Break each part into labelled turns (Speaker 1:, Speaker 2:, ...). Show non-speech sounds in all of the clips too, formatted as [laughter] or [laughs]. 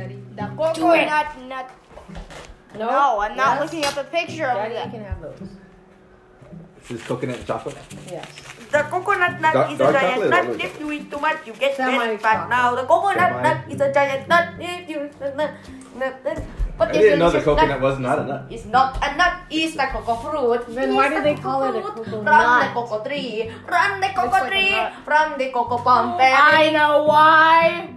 Speaker 1: Coconut
Speaker 2: Do it.
Speaker 1: nut. No, I'm not
Speaker 2: Yes.
Speaker 1: looking up a picture of
Speaker 2: Daddy
Speaker 1: that.
Speaker 2: can have those.
Speaker 3: This is coconut chocolate.
Speaker 2: Yes.
Speaker 4: The coconut nut
Speaker 3: Dark-
Speaker 4: is
Speaker 3: dark
Speaker 4: a giant
Speaker 3: chocolate,
Speaker 4: nut.
Speaker 3: dark
Speaker 4: If you eat too much, you get
Speaker 2: Semi
Speaker 4: fat. But
Speaker 2: chocolate.
Speaker 4: now the coconut
Speaker 3: Semi-
Speaker 4: nut is a giant nut. If you but
Speaker 3: I didn't know the coconut was not a nut.
Speaker 4: It's not a nut. It's the cocoa fruit.
Speaker 2: Then
Speaker 4: It's
Speaker 2: why do
Speaker 4: the
Speaker 2: they call it a
Speaker 4: fruit.
Speaker 2: cocoa
Speaker 4: Run the
Speaker 2: nut?
Speaker 4: cocoa tree. Run the cocoa
Speaker 2: like a
Speaker 4: tree.
Speaker 2: nut. Oh,
Speaker 4: Run the cocoa palm.
Speaker 1: I know why.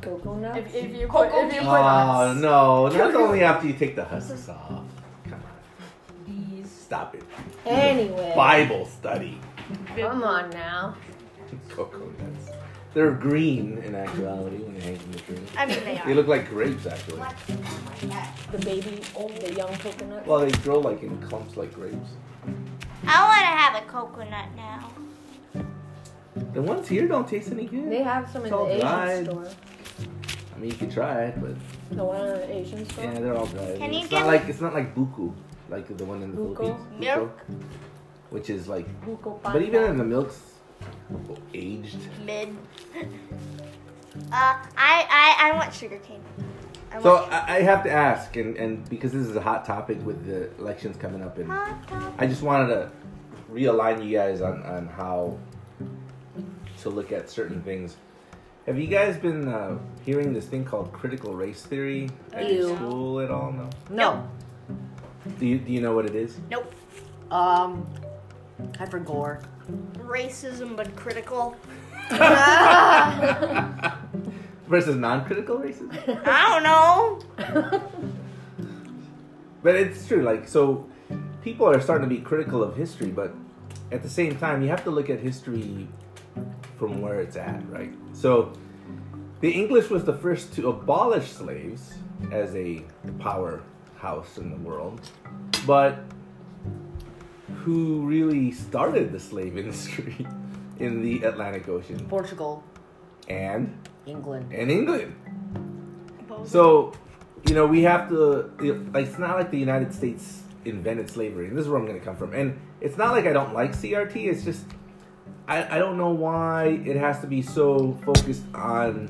Speaker 2: Coconut.
Speaker 1: If, if you put, if you put
Speaker 3: Oh no, that's only after you take the husks off. Come on,
Speaker 2: These.
Speaker 3: stop it.
Speaker 2: Anyway.
Speaker 3: Bible study.
Speaker 2: Come on now.
Speaker 3: Coconuts. They're green in actuality when they hang from the tree.
Speaker 1: I mean, they
Speaker 3: They
Speaker 1: are.
Speaker 3: look like grapes actually.
Speaker 2: The baby, the young coconut.
Speaker 3: Well, they grow like in clumps like grapes.
Speaker 5: I want to have a coconut now.
Speaker 3: The ones here don't taste any good.
Speaker 2: They have some in
Speaker 3: It's all
Speaker 2: the Asian
Speaker 3: dried.
Speaker 2: store.
Speaker 3: I mean, you could try it, but
Speaker 2: The one in the Asian store.
Speaker 3: yeah, they're all dried.
Speaker 5: Can you
Speaker 3: it's
Speaker 5: give
Speaker 3: not
Speaker 5: me-
Speaker 3: like it's not like buku, like the one in the
Speaker 2: Buko?
Speaker 3: Philippines. Buko,
Speaker 1: Milk?
Speaker 3: which is like,
Speaker 2: Buko
Speaker 3: but even
Speaker 2: panda.
Speaker 3: in the milks, aged.
Speaker 1: Mid.
Speaker 5: [laughs] Uh, I, I, I want sugar cane. I
Speaker 3: So
Speaker 5: want
Speaker 3: I, I have to ask, and, and because this is a hot topic with the elections coming up, and
Speaker 5: Hot dog.
Speaker 3: I just wanted to realign you guys on, on how to look at certain things. Have you guys been uh, hearing this thing called critical race theory at your
Speaker 2: Ew.
Speaker 3: school at all? No.
Speaker 6: No.
Speaker 3: Do you, do you know what it is?
Speaker 1: Nope.
Speaker 6: Um, I forgot.
Speaker 1: Racism, but
Speaker 5: [laughs]
Speaker 1: critical.
Speaker 3: Versus non-critical racism.
Speaker 1: I don't know.
Speaker 3: but it's true. Like so, people are starting to be critical of history, but at the same time, you have to look at history from where it's at, right? So, the English was the first to abolish slaves as a powerhouse in the world, but who really started the slave [laughs] industry in the Atlantic Ocean
Speaker 6: Portugal,
Speaker 3: and
Speaker 6: England.
Speaker 3: and England. So, you know, we have to. Like, it's not like the United States invented slavery, and this is where I'm going to come from. And it's not like I don't like CRT. It's just I, I don't know why it has to be so focused on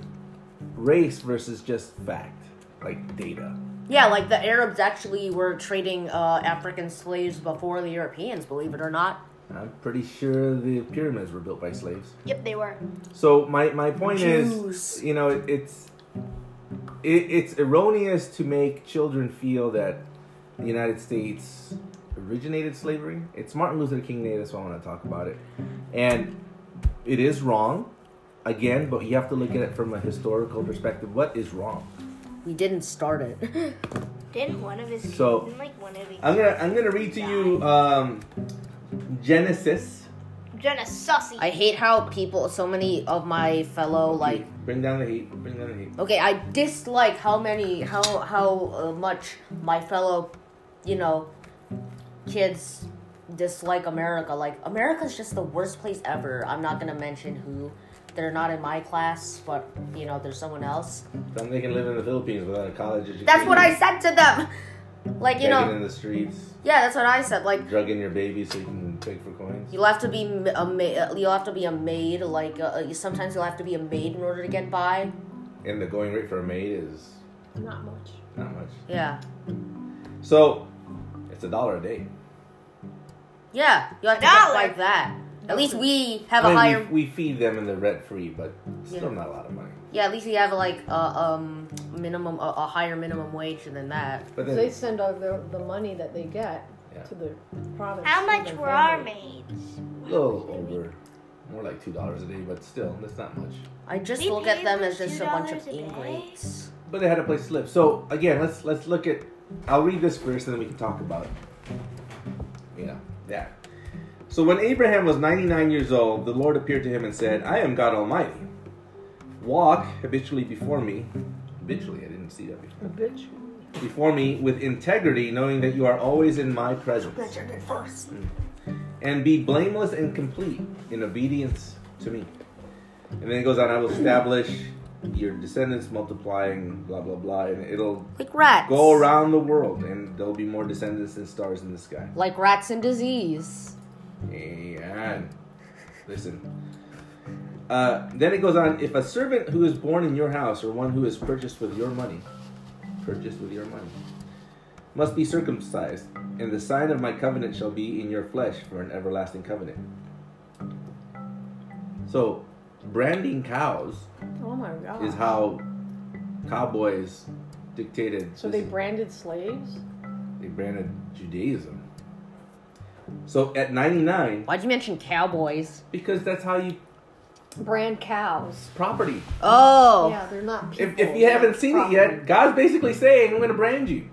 Speaker 3: race versus just fact, like data.
Speaker 6: Yeah, like the Arabs actually were trading uh, African slaves before the Europeans, believe it or not.
Speaker 3: I'm pretty sure the pyramids were built by slaves.
Speaker 1: Yep, they were.
Speaker 3: So my, my point
Speaker 6: Jews.
Speaker 3: is, you know, it, it's it, it's erroneous to make children feel that the United States originated slavery. It's Martin Luther King Day, that's why I want to talk about it. And it is wrong, again, but you have to look at it from a historical perspective. What is wrong?
Speaker 6: We didn't start it. [laughs]
Speaker 5: Didn't one of his kids,
Speaker 3: So-
Speaker 5: didn't like one of his
Speaker 3: I'm gonna I'm gonna read to you um, Genesis.
Speaker 5: Genesis.
Speaker 6: I hate how people, so many of my fellow like
Speaker 3: bring down the heat. Bring down the heat.
Speaker 6: Okay, I dislike how many, how how uh, much my fellow, you know, kids dislike America. Like America's just the worst place ever. I'm not gonna mention who. They're not in my class, but you know, there's someone else.
Speaker 3: Some they can live in the Philippines without a college education.
Speaker 6: That's what I said to them. Like you
Speaker 3: Begging
Speaker 6: know,
Speaker 3: in the streets.
Speaker 6: yeah, that's what I said. Like
Speaker 3: drugging your baby so you can beg for coins.
Speaker 6: You'll have to be m- a ma- you'll have to be a maid. Like uh, uh, sometimes you'll have to be a maid in order to get by.
Speaker 3: And the going rate for a maid is
Speaker 2: Not much.
Speaker 3: not much.
Speaker 6: Yeah,
Speaker 3: So it's a dollar a day.
Speaker 6: yeah, you have to
Speaker 1: Dollar.
Speaker 6: get like that. At least we have a
Speaker 3: I mean,
Speaker 6: higher.
Speaker 3: we, we feed them and they're rent free, but
Speaker 6: Yeah.
Speaker 3: still not a lot of money.
Speaker 6: Yeah, at least we have like a um minimum a, a higher minimum wage than that.
Speaker 3: But
Speaker 2: So they
Speaker 3: then
Speaker 2: send all the, the money that they get
Speaker 3: Yeah.
Speaker 2: to the province.
Speaker 5: How
Speaker 2: and
Speaker 5: much
Speaker 2: their
Speaker 5: were our
Speaker 2: family.
Speaker 5: maids?
Speaker 3: a little over, more like two dollars a day, but still that's not much.
Speaker 6: I just
Speaker 5: We
Speaker 6: look at
Speaker 5: paid
Speaker 6: them
Speaker 5: them
Speaker 6: as just a bunch of
Speaker 5: $2 a day?
Speaker 6: ingrates.
Speaker 3: But they had a place to live. So again, let's let's look at. I'll read this first, and then we can talk about. You know that. So when Abraham was 99 years old, the Lord appeared to him and said, "I am God Almighty. Walk habitually before me. Habitually, I didn't see that before."
Speaker 2: A bitch.
Speaker 3: before me with integrity, knowing that you are always in my presence. Mm. And be blameless and complete in obedience to me. And then it goes on, I will establish your descendants multiplying, blah, blah, blah. And it'll
Speaker 6: Like rats.
Speaker 3: go around the world, and there'll be more descendants than stars in the sky.
Speaker 6: Like rats and disease.
Speaker 3: And listen. Uh, then it goes on if a servant who is born in your house or one who is purchased with your money, purchased with your money, must be circumcised, and the sign of my covenant shall be in your flesh for an everlasting covenant. So, branding cows
Speaker 2: Oh my god.
Speaker 3: is how cowboys dictated.
Speaker 2: so they
Speaker 3: this-
Speaker 2: branded slaves?
Speaker 3: they branded Judaism. So at 99,
Speaker 6: Why'd you mention cowboys?
Speaker 3: because that's how you
Speaker 2: Brand cows.
Speaker 3: property.
Speaker 6: Oh.
Speaker 2: Yeah, they're not people.
Speaker 3: If, if you haven't seen it yet, God's basically saying, I'm going to brand you.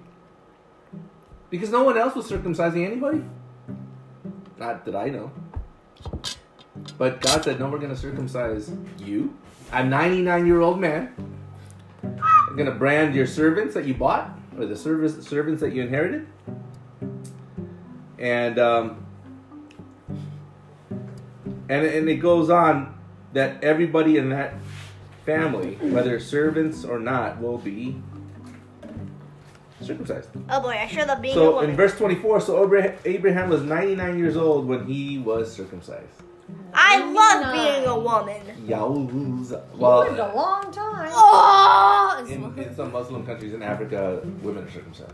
Speaker 3: Because no one else was circumcising anybody. Not that I know. But God said, No, we're going to circumcise you. A 99 year old man. I'm going to brand your servants that you bought, or the service, servants that you inherited. And, um, and, and it goes on that everybody in that family, whether servants or not, will be circumcised.
Speaker 5: Oh boy, I sure love being a
Speaker 3: So
Speaker 5: woman.
Speaker 3: in verse 24, so Abra- Abraham was 99 years old when he was circumcised.
Speaker 5: I love being a woman.
Speaker 3: Yowza.
Speaker 2: lived
Speaker 3: Well,
Speaker 2: a long time.
Speaker 5: Oh,
Speaker 3: in, in some Muslim countries in Africa, women are circumcised.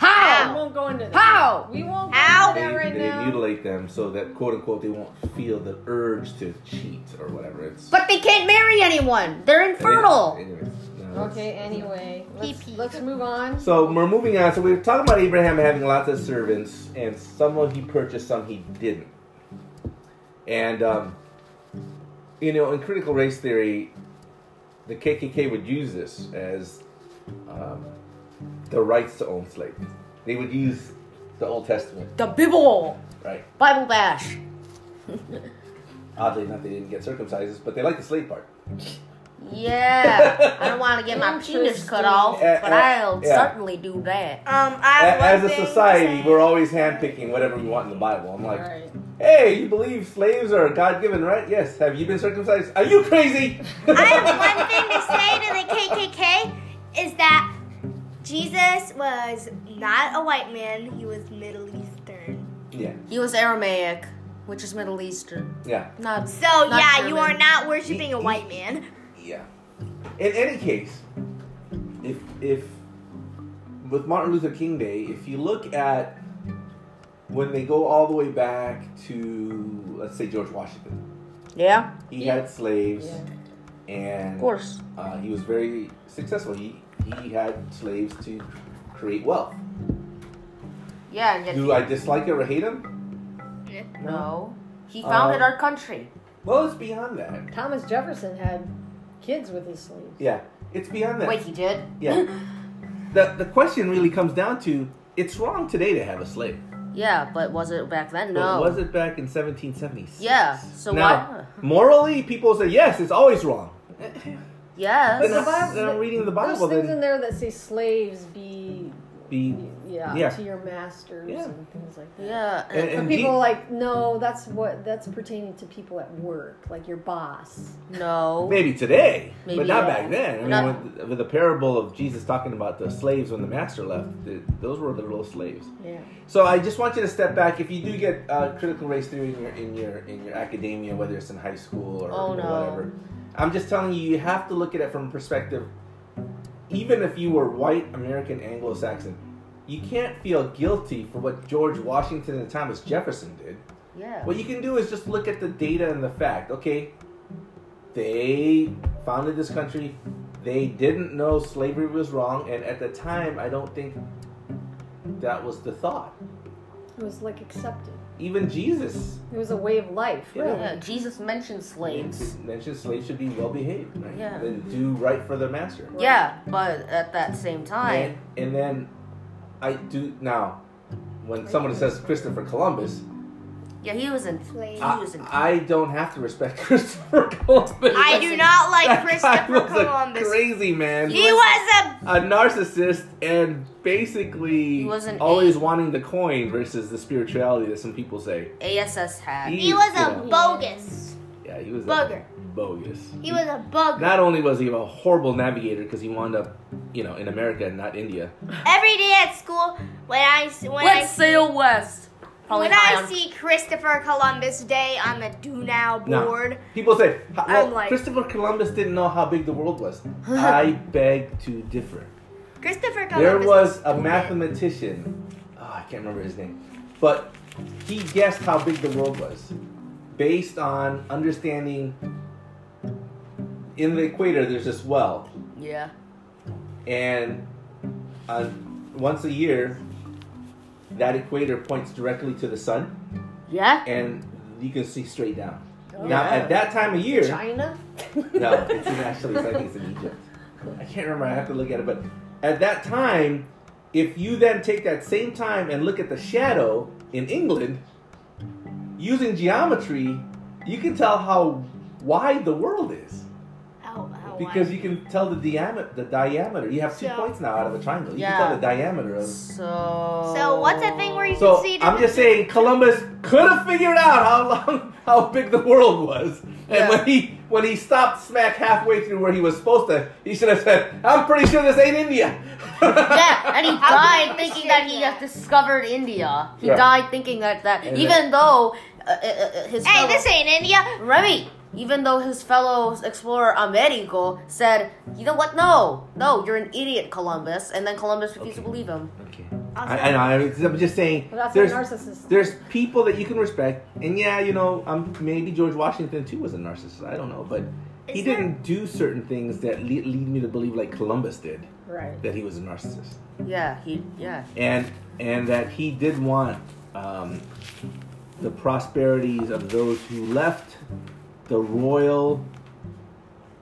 Speaker 2: We
Speaker 6: How?
Speaker 2: won't go into that.
Speaker 6: How?
Speaker 2: We won't go
Speaker 5: How?
Speaker 2: into
Speaker 3: They,
Speaker 2: that right
Speaker 3: they
Speaker 2: now.
Speaker 3: mutilate them so that, quote unquote, they won't feel the urge to cheat or whatever. It's
Speaker 6: But they can't marry anyone. They're infernal.
Speaker 3: Anyways, no, it's-
Speaker 2: Okay, anyway. Let's,
Speaker 5: Pee-pee.
Speaker 2: let's move on.
Speaker 3: So we're moving on. So we were talking about Abraham having lots of servants, and some of he purchased, some he didn't. And um, you know, in critical race theory, the KKK would use this as um, the rights to own slaves. They would use the Old Testament,
Speaker 6: The Bible.
Speaker 3: right?
Speaker 6: Bible bash.
Speaker 3: Oddly enough, they didn't get circumcised, but they like the slave part.
Speaker 6: Yeah. I don't want to get my penis cut off,
Speaker 3: Interesting.
Speaker 6: but I'll
Speaker 3: Yeah.
Speaker 6: certainly do that.
Speaker 5: Um, I
Speaker 3: A-
Speaker 5: have one
Speaker 3: As a
Speaker 5: thing to
Speaker 3: society,
Speaker 5: say.
Speaker 3: we're always handpicking whatever we want in the Bible. I'm
Speaker 2: All
Speaker 3: like,
Speaker 2: right.
Speaker 3: Hey, you believe slaves are God given right? Yes. Have you been circumcised? Are you crazy?
Speaker 5: I have one thing to say to the KKK is that Jesus was not a white man; he was Middle Eastern.
Speaker 3: Yeah,
Speaker 6: He was Aramaic, which is Middle Eastern.
Speaker 3: yeah,
Speaker 6: Not
Speaker 5: So
Speaker 6: Not
Speaker 5: yeah, you
Speaker 6: German.
Speaker 5: are not worshiping a white man.
Speaker 3: yeah. In any case, if if with Martin Luther King Day, if you look at when they go all the way back to let's say George Washington,
Speaker 6: Yeah,
Speaker 3: he
Speaker 2: Yeah.
Speaker 3: had slaves,
Speaker 6: of
Speaker 3: and
Speaker 6: course.
Speaker 3: uh, he was very successful. He he had slaves to create wealth.
Speaker 6: Yeah, and yet
Speaker 3: Do I dislike him or hate him?
Speaker 6: no. He founded
Speaker 3: Uh,
Speaker 6: our country.
Speaker 3: Well, it's beyond that.
Speaker 2: Thomas Jefferson had kids with his slaves.
Speaker 3: Yeah, it's beyond that.
Speaker 6: Wait, he did?
Speaker 3: Yeah. the the question really comes down to it's wrong today to have a slave.
Speaker 6: [laughs] Yeah, but was it back then?
Speaker 3: But
Speaker 6: No.
Speaker 3: was it back in 1776?
Speaker 6: Yeah. So
Speaker 3: Now,
Speaker 6: why?
Speaker 3: morally, people say yes, it's always wrong.
Speaker 6: Yes.
Speaker 3: Then,
Speaker 2: the
Speaker 3: I,
Speaker 2: Bible-
Speaker 3: then I'm reading the
Speaker 2: There's
Speaker 3: Bible.
Speaker 2: things in
Speaker 3: Then
Speaker 2: there that say slaves be,
Speaker 3: be
Speaker 2: yeah,
Speaker 3: Yeah.
Speaker 2: to your masters
Speaker 3: Yeah.
Speaker 2: and things like that.
Speaker 3: [laughs]
Speaker 6: Yeah.
Speaker 3: and,
Speaker 2: But
Speaker 3: and
Speaker 2: people
Speaker 3: Je-
Speaker 2: like no, that's what that's pertaining to people at work, like your boss.
Speaker 6: No.
Speaker 3: maybe today,
Speaker 6: Maybe,
Speaker 3: but not
Speaker 6: yeah.
Speaker 3: back then. I mean,
Speaker 6: Not-
Speaker 3: with, with the parable of Jesus talking about the slaves when the master left, th those were literal slaves.
Speaker 2: Yeah.
Speaker 3: So I just want you to step back. If you do get uh, critical race theory in your in your in your academia, whether it's in high school or,
Speaker 6: Oh,
Speaker 3: or
Speaker 6: no.
Speaker 3: whatever, I'm just telling you, you have to look at it from a perspective. Even if you were white American Anglo-Saxon, you can't feel guilty for what George Washington and Thomas Jefferson did.
Speaker 6: Yeah.
Speaker 3: What you can do is just look at the data and the fact. Okay, they founded this country. They didn't know slavery was wrong, and at the time, I don't think that was the thought
Speaker 2: It was like accepted.
Speaker 3: even Jesus
Speaker 2: It was a way of life,
Speaker 3: Yeah.
Speaker 2: really.
Speaker 6: Yeah, Jesus mentioned slaves.
Speaker 3: mentioned slaves should be well behaved, right?
Speaker 6: Yeah.
Speaker 3: They do right for their master.
Speaker 6: Yeah, but at that same
Speaker 3: And,
Speaker 6: time,
Speaker 3: and then I do now when someone says Christopher Columbus,
Speaker 6: yeah, he was in.
Speaker 5: Slaves.
Speaker 6: He
Speaker 3: I,
Speaker 6: was in.
Speaker 3: I don't have to respect [laughs] Christopher Columbus.
Speaker 5: I do
Speaker 3: [laughs]
Speaker 5: not like
Speaker 3: That guy
Speaker 5: Christopher
Speaker 3: Uh, was a
Speaker 5: Columbus.
Speaker 3: crazy man,
Speaker 5: He was a
Speaker 3: a narcissist, and basically
Speaker 6: He was an
Speaker 3: always
Speaker 6: ape.
Speaker 3: wanting the coin versus the spirituality that some people say.
Speaker 6: ASS hack.
Speaker 5: he was
Speaker 3: yeah.
Speaker 5: a bogus.
Speaker 3: yeah, he was a
Speaker 5: bugger.
Speaker 3: bogus.
Speaker 5: He was a bugger.
Speaker 3: Not only was he a horrible navigator because he wound up, you know, in America and not India.
Speaker 5: Every day at school, when I s- when I
Speaker 6: Let's sail west. Probably
Speaker 5: when
Speaker 6: high
Speaker 5: I
Speaker 6: on-
Speaker 5: see Christopher Columbus Day on the Do Now
Speaker 3: Nah.
Speaker 5: board,
Speaker 3: People say, "H- well,
Speaker 5: like-
Speaker 3: Christopher Columbus didn't know how big the world
Speaker 5: [laughs]
Speaker 3: was. I beg to differ.
Speaker 5: Christopher Columbus.
Speaker 3: There was a mathematician, oh, I can't remember his name, but he guessed how big the world was based on understanding in the equator there's this well,
Speaker 6: Yeah.
Speaker 3: and uh, once a year that equator points directly to the sun,
Speaker 6: Yeah?
Speaker 3: and you can see straight down.
Speaker 2: Oh,
Speaker 3: Now,
Speaker 6: yeah.
Speaker 3: at that time of year,
Speaker 2: China? [laughs]
Speaker 3: No, [laughs] it's in actually, I think it's in Egypt. I can't remember. I have to look at it. But at that time, if you then take that same time and look at the shadow in England, using geometry, you can tell how wide the world is
Speaker 5: How, how
Speaker 3: because
Speaker 5: wide?
Speaker 3: you can tell the diameter. The diameter. You have two
Speaker 5: So-
Speaker 3: points now out of a triangle. You
Speaker 6: Yeah.
Speaker 3: can tell the diameter of.
Speaker 6: So.
Speaker 5: So what's that thing where you
Speaker 3: So
Speaker 5: can see?
Speaker 3: I'm just saying, Columbus could have figured out how long, how big the world was, and
Speaker 6: Yeah.
Speaker 3: when he when he stopped smack halfway through where he was supposed to, he should have said, "I'm pretty sure this ain't India."
Speaker 6: [laughs] Yeah, and he
Speaker 5: [laughs] How can
Speaker 6: died
Speaker 5: you
Speaker 6: thinking
Speaker 5: say
Speaker 6: that he
Speaker 5: that?
Speaker 6: had discovered India. He
Speaker 3: Yeah.
Speaker 6: died thinking that that
Speaker 3: And
Speaker 6: even though uh, uh, uh, his
Speaker 5: Hey,
Speaker 6: fellow,
Speaker 5: this ain't India.
Speaker 6: Remy, even though his fellow explorer Amerigo said, you know what? No, no, you're an idiot, Columbus. And then Columbus refused to
Speaker 3: Okay.
Speaker 6: believe him.
Speaker 3: Okay. I, I know. I mean, I'm just saying.
Speaker 2: Well, that's
Speaker 3: there's
Speaker 2: a narcissist.
Speaker 3: there's people that you can respect, and yeah, you know, um, maybe George Washington too was a narcissist. I don't know, but he
Speaker 5: Is there-
Speaker 3: didn't do certain things that le- lead me to believe, like Columbus did,
Speaker 2: Right.
Speaker 3: that he was a narcissist.
Speaker 6: Yeah, he. Yeah.
Speaker 3: and and that he did want um, the prosperities of those who left the royal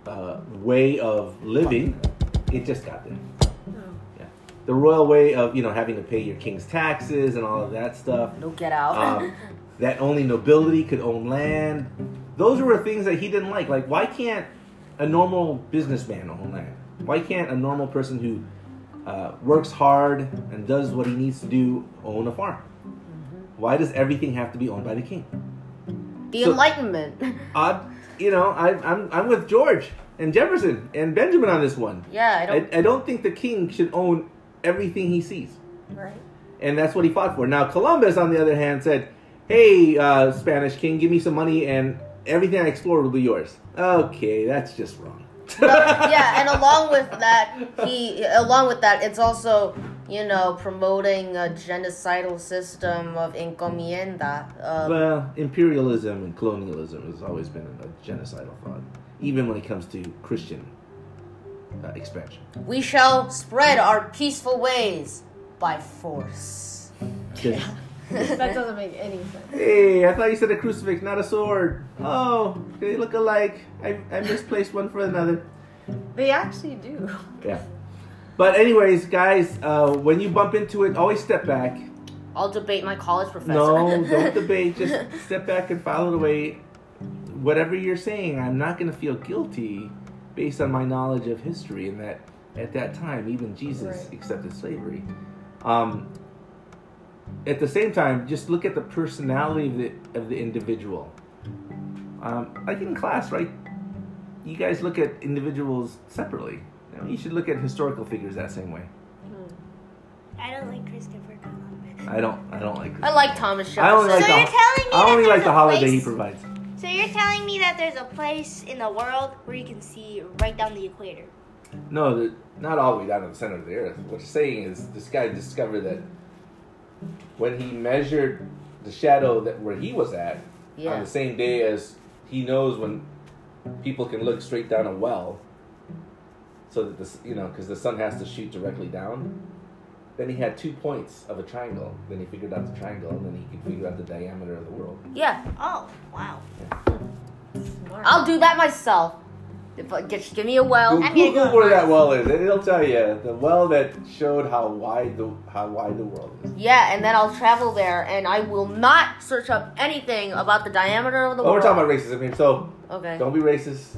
Speaker 3: uh, way of living. It just got there. Yeah, the royal way of you know having to pay your king's taxes and all of that stuff.
Speaker 6: No, get out.
Speaker 3: Um, that only nobility could own land. Those were things that he didn't like. Like, why can't a normal businessman own land? Why can't a normal person who uh, works hard and does what he needs to do own a farm? Why does everything have to be owned by the king?
Speaker 6: [laughs] the
Speaker 3: so-
Speaker 6: Enlightenment. [laughs]
Speaker 3: I, you know, I, I'm I'm with George and Jefferson and Benjamin on this one.
Speaker 6: yeah, I
Speaker 3: I,
Speaker 6: don't.
Speaker 3: I don't think the king should own everything he sees.
Speaker 2: Right.
Speaker 3: and that's what he fought for. Now Columbus, on the other hand, said, "Hey, uh, Spanish king, give me some money, and everything I explore will be yours." Okay, that's just wrong.
Speaker 6: but, yeah, and along with that, he along with that, it's also you know promoting a genocidal system of encomienda. Uh,
Speaker 3: [laughs] Well, imperialism and colonialism has always been a genocidal thought, even when it comes to Christian uh, expansion.
Speaker 6: We shall spread our peaceful ways by force.
Speaker 3: 'Cause-
Speaker 2: [laughs] That doesn't make any sense.
Speaker 3: Hey, I thought you said a crucifix, not a sword. Oh, they look alike. I, I misplaced one for another.
Speaker 2: They actually do. [laughs]
Speaker 3: Yeah. But anyways, guys, uh, when you bump into it, always step back.
Speaker 6: I'll debate my college professor.
Speaker 3: No,
Speaker 6: [laughs]
Speaker 3: don't debate. Just step back and follow the way. Whatever you're saying, I'm not going to feel guilty based on my knowledge of history and that at that time, even Jesus
Speaker 2: Right.
Speaker 3: accepted slavery. Um, at the same time, just look at the personality of the, of the individual. Um, like in class, right? You guys look at individuals separately. You, know, you should look at historical figures that same way.
Speaker 5: I don't like Christopher Columbus.
Speaker 3: I don't. I don't like.
Speaker 6: I like Thomas Jefferson.
Speaker 3: I only like
Speaker 5: so
Speaker 3: the-
Speaker 5: you're telling me
Speaker 3: I only
Speaker 5: that
Speaker 3: like
Speaker 5: there's
Speaker 3: the
Speaker 5: a
Speaker 3: holiday
Speaker 5: place,
Speaker 3: he provides.
Speaker 5: So you're telling me that there's a place in the world where you can see right down the equator.
Speaker 3: No, the, not all the way down to the center of the earth. What you're saying is this guy discovered that when he measured the shadow that where he was at on
Speaker 6: yeah.
Speaker 3: the same day as he knows when people can look straight down a well, so that this you know because the sun has to shoot directly down. Then he had two points of a triangle. Then he figured out the triangle, and then he could figure out the diameter of the world.
Speaker 6: yeah,
Speaker 5: Oh, wow.
Speaker 2: Smart.
Speaker 6: I'll do that myself. If I, get, give me a well.
Speaker 3: Go-
Speaker 5: I'm gonna
Speaker 3: Google
Speaker 5: go
Speaker 3: where that well is, and it'll tell you the well that showed how wide the how wide the world is.
Speaker 6: Yeah, and then I'll travel there, and I will not search up anything about the diameter of the
Speaker 3: Oh, we're
Speaker 6: world.
Speaker 3: talking about racism here, so
Speaker 6: okay.
Speaker 3: don't be racist.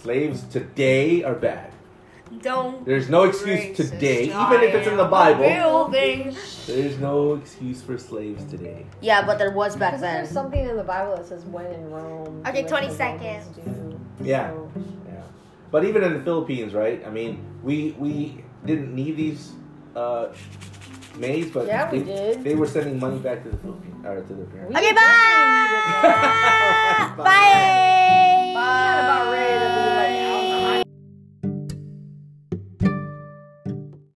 Speaker 3: Slaves today are bad.
Speaker 5: Don't.
Speaker 3: There's no excuse today, even if it's in the Bible.
Speaker 5: Building.
Speaker 3: There's no excuse for slaves today.
Speaker 6: Yeah, but there was back
Speaker 2: Because
Speaker 6: then.
Speaker 2: there's something in the Bible that says when in Rome.
Speaker 5: Okay,
Speaker 2: do
Speaker 5: 20
Speaker 2: as the
Speaker 5: seconds.
Speaker 2: Romans do."
Speaker 3: Yeah.
Speaker 2: So-
Speaker 3: Yeah. But even in the Philippines, right? I mean, we we didn't need these uh, made, but
Speaker 2: Yeah, we
Speaker 3: they,
Speaker 2: did. [laughs]
Speaker 3: they were sending money back to the Philippines or to their parents.
Speaker 2: okay, bye.